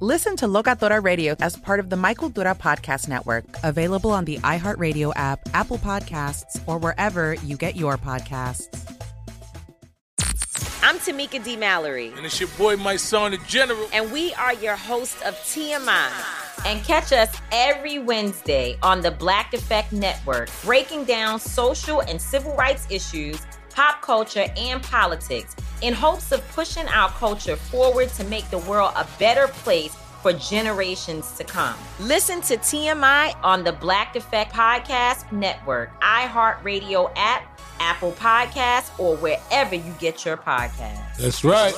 Listen to Locatora Radio as part of the Michael Dura Podcast Network, available on the iHeartRadio app, Apple Podcasts, or wherever you get your podcasts. I'm Tamika D. Mallory. And it's your boy, my son, the General. And we are your hosts of TMI. And catch us every Wednesday on the Black Effect Network, breaking down social and civil rights issues, pop culture, and politics in hopes of pushing our culture forward to make the world a better place for generations to come. Listen to TMI on the Black Effect Podcast Network, iHeartRadio app, Apple Podcasts, or wherever you get your podcasts. That's right.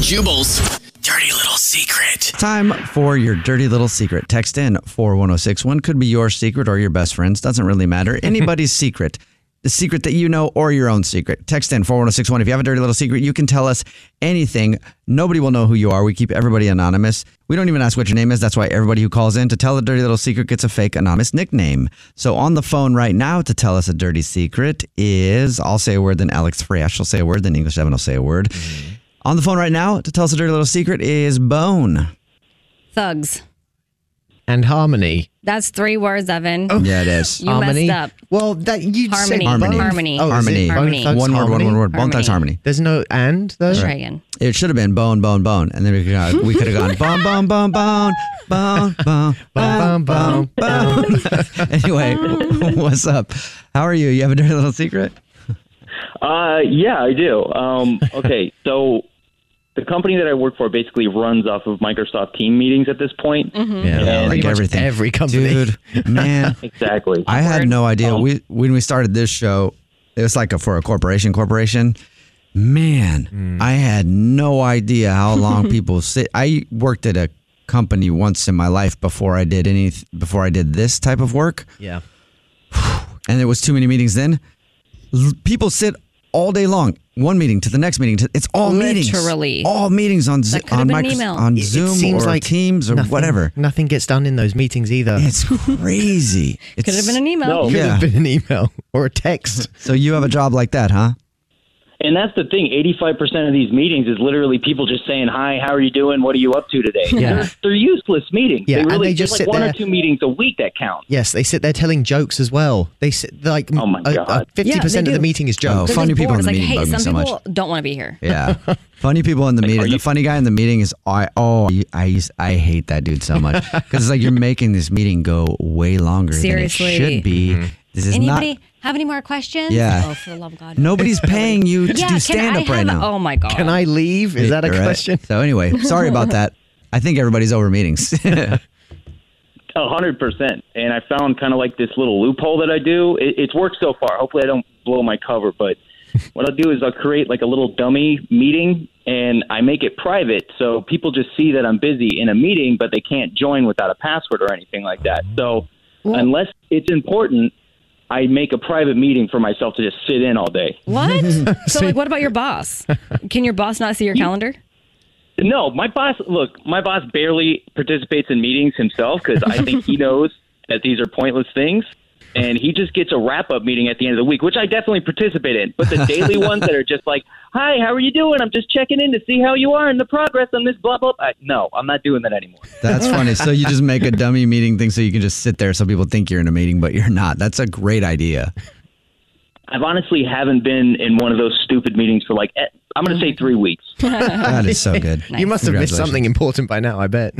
Jubal's dirty little secret. Time for your dirty little secret. Text in 41061. Could be your secret or your best friend's. Doesn't really matter. Anybody's secret. The secret that you know or your own secret. Text in 41061. If you have a dirty little secret, you can tell us anything. Nobody will know who you are. We keep everybody anonymous. We don't even ask what your name is. That's why everybody who calls in to tell a dirty little secret gets a fake anonymous nickname. So on the phone right now to tell us a dirty secret is I'll say a word, then Alex Freyash will say a word, then English 7 will say a word. Mm-hmm. On the phone right now to tell us a dirty little secret is Bone. Thugs. And harmony. That's three words, Evan. Oh. Yeah, it is. You harmony. messed up. Well, that you harmony. Say harmony. Both. Harmony. Oh, harmony. harmony. One word. Harmony. One word. One harmony. Bone thugs harmony. There's no and though. Let's try again. It should have been bone, bone, bone, and then we could have gone, we could have gone bone, bone, bone, bone, bone, bone, bone, bone, bone. anyway, what's up? How are you? You have a dirty little secret? Uh, yeah, I do. Um, okay, so the company that I work for basically runs off of Microsoft team meetings at this point. Mm-hmm. Yeah, yeah like everything. Every company. Dude, man. exactly. I had no idea. Oh. Um, we when we started this show, it was like a, for a corporation corporation. Man, mm. I had no idea how long people sit. I worked at a company once in my life before I did any before I did this type of work. Yeah. And there was too many meetings then. People sit all day long one meeting to the next meeting. To, it's all Literally. meetings. All meetings on Zo- on, micro- on it, Zoom it or like Teams or nothing, whatever. Nothing gets done in those meetings either. It's crazy. It's, could have been an email. No. Could yeah. have been an email or a text. so you have a job like that, huh? And that's the thing. Eighty-five percent of these meetings is literally people just saying, "Hi, how are you doing? What are you up to today?" Yeah. They're, they're useless meetings. Yeah, they really, and they just like sit one there. or two meetings a week that count. Yes, they sit there telling jokes as well. They sit like oh my god, fifty Yeah, they percent of the do. meeting is Oh, jokes. They're funny just people in bored. It's the meeting like, hey, bug me some so much. people don't want to be here. Yeah. Funny people in the meeting. the funny guy in the meeting is I oh you- I used- I hate that dude so much because it's like you're making this meeting go way longer Seriously. than it should be. This is Anybody not. have any more questions? Yeah. Oh, for the love of God. Nobody's paying you to Yeah, do can stand I up right have- now. Oh my God. Can I leave? Is that a Right. question? So anyway, sorry about that. I think everybody's over meetings. A hundred percent. And I found kind of like this little loophole that I do. It, it's worked so far. Hopefully, I don't blow my cover. But what I'll do is I'll create like a little dummy meeting, and I make it private so people just see that I'm busy in a meeting, but they can't join without a password or anything like that. So unless it's important, I make a private meeting for myself to just sit in all day. What? so, like, what about your boss? Can your boss not see your calendar? No, my boss. Look, my boss barely participates in meetings himself because I think he knows that these are pointless things, and he just gets a wrap-up meeting at the end of the week, which I definitely participate in. But the daily ones that are just like, "Hi, how are you doing? I'm just checking in to see how you are and the progress on this blah blah." I, no, I'm not doing that anymore. That's funny. So you just make a dummy meeting thing so you can just sit there so people think you're in a meeting, but you're not. That's a great idea. I've honestly haven't been in one of those stupid meetings for like eh, I'm going to say three weeks. That is so good. You must have missed Congratulations. something important by now. I bet.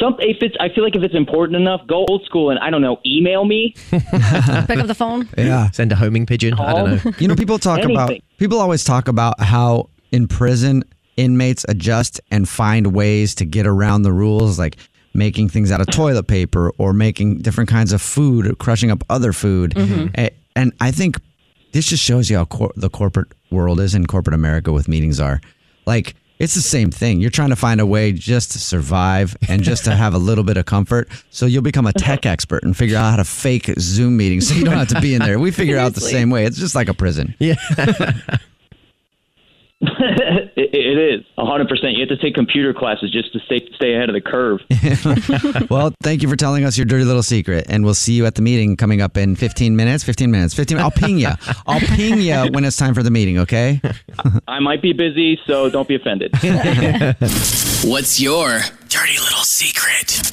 some if it's I feel like if it's important enough, go old school and I don't know, email me. Pick up the phone. Yeah. Send a homing pigeon. I don't know. You know, people talk about Anything. people always talk about how in prison inmates adjust and find ways to get around the rules, like making things out of toilet paper or making different kinds of food or crushing up other food. A- And I think this just shows you how cor- the corporate world is and corporate America with meetings are. Like it's the same thing. You're trying to find a way just to survive and just to have a little bit of comfort. So you'll become a tech expert and figure out how to fake Zoom meetings so you don't have to be in there. We figure out the same way. It's just like a prison. Yeah. it, it is hundred percent. You have to take computer classes just to stay stay ahead of the curve. well, thank you for telling us your dirty little secret, and we'll see you at the meeting coming up in 15 minutes. 15 minutes. 15. I'll ping you. I'll ping you when it's time for the meeting. Okay. I might be busy, so don't be offended. What's your dirty little secret?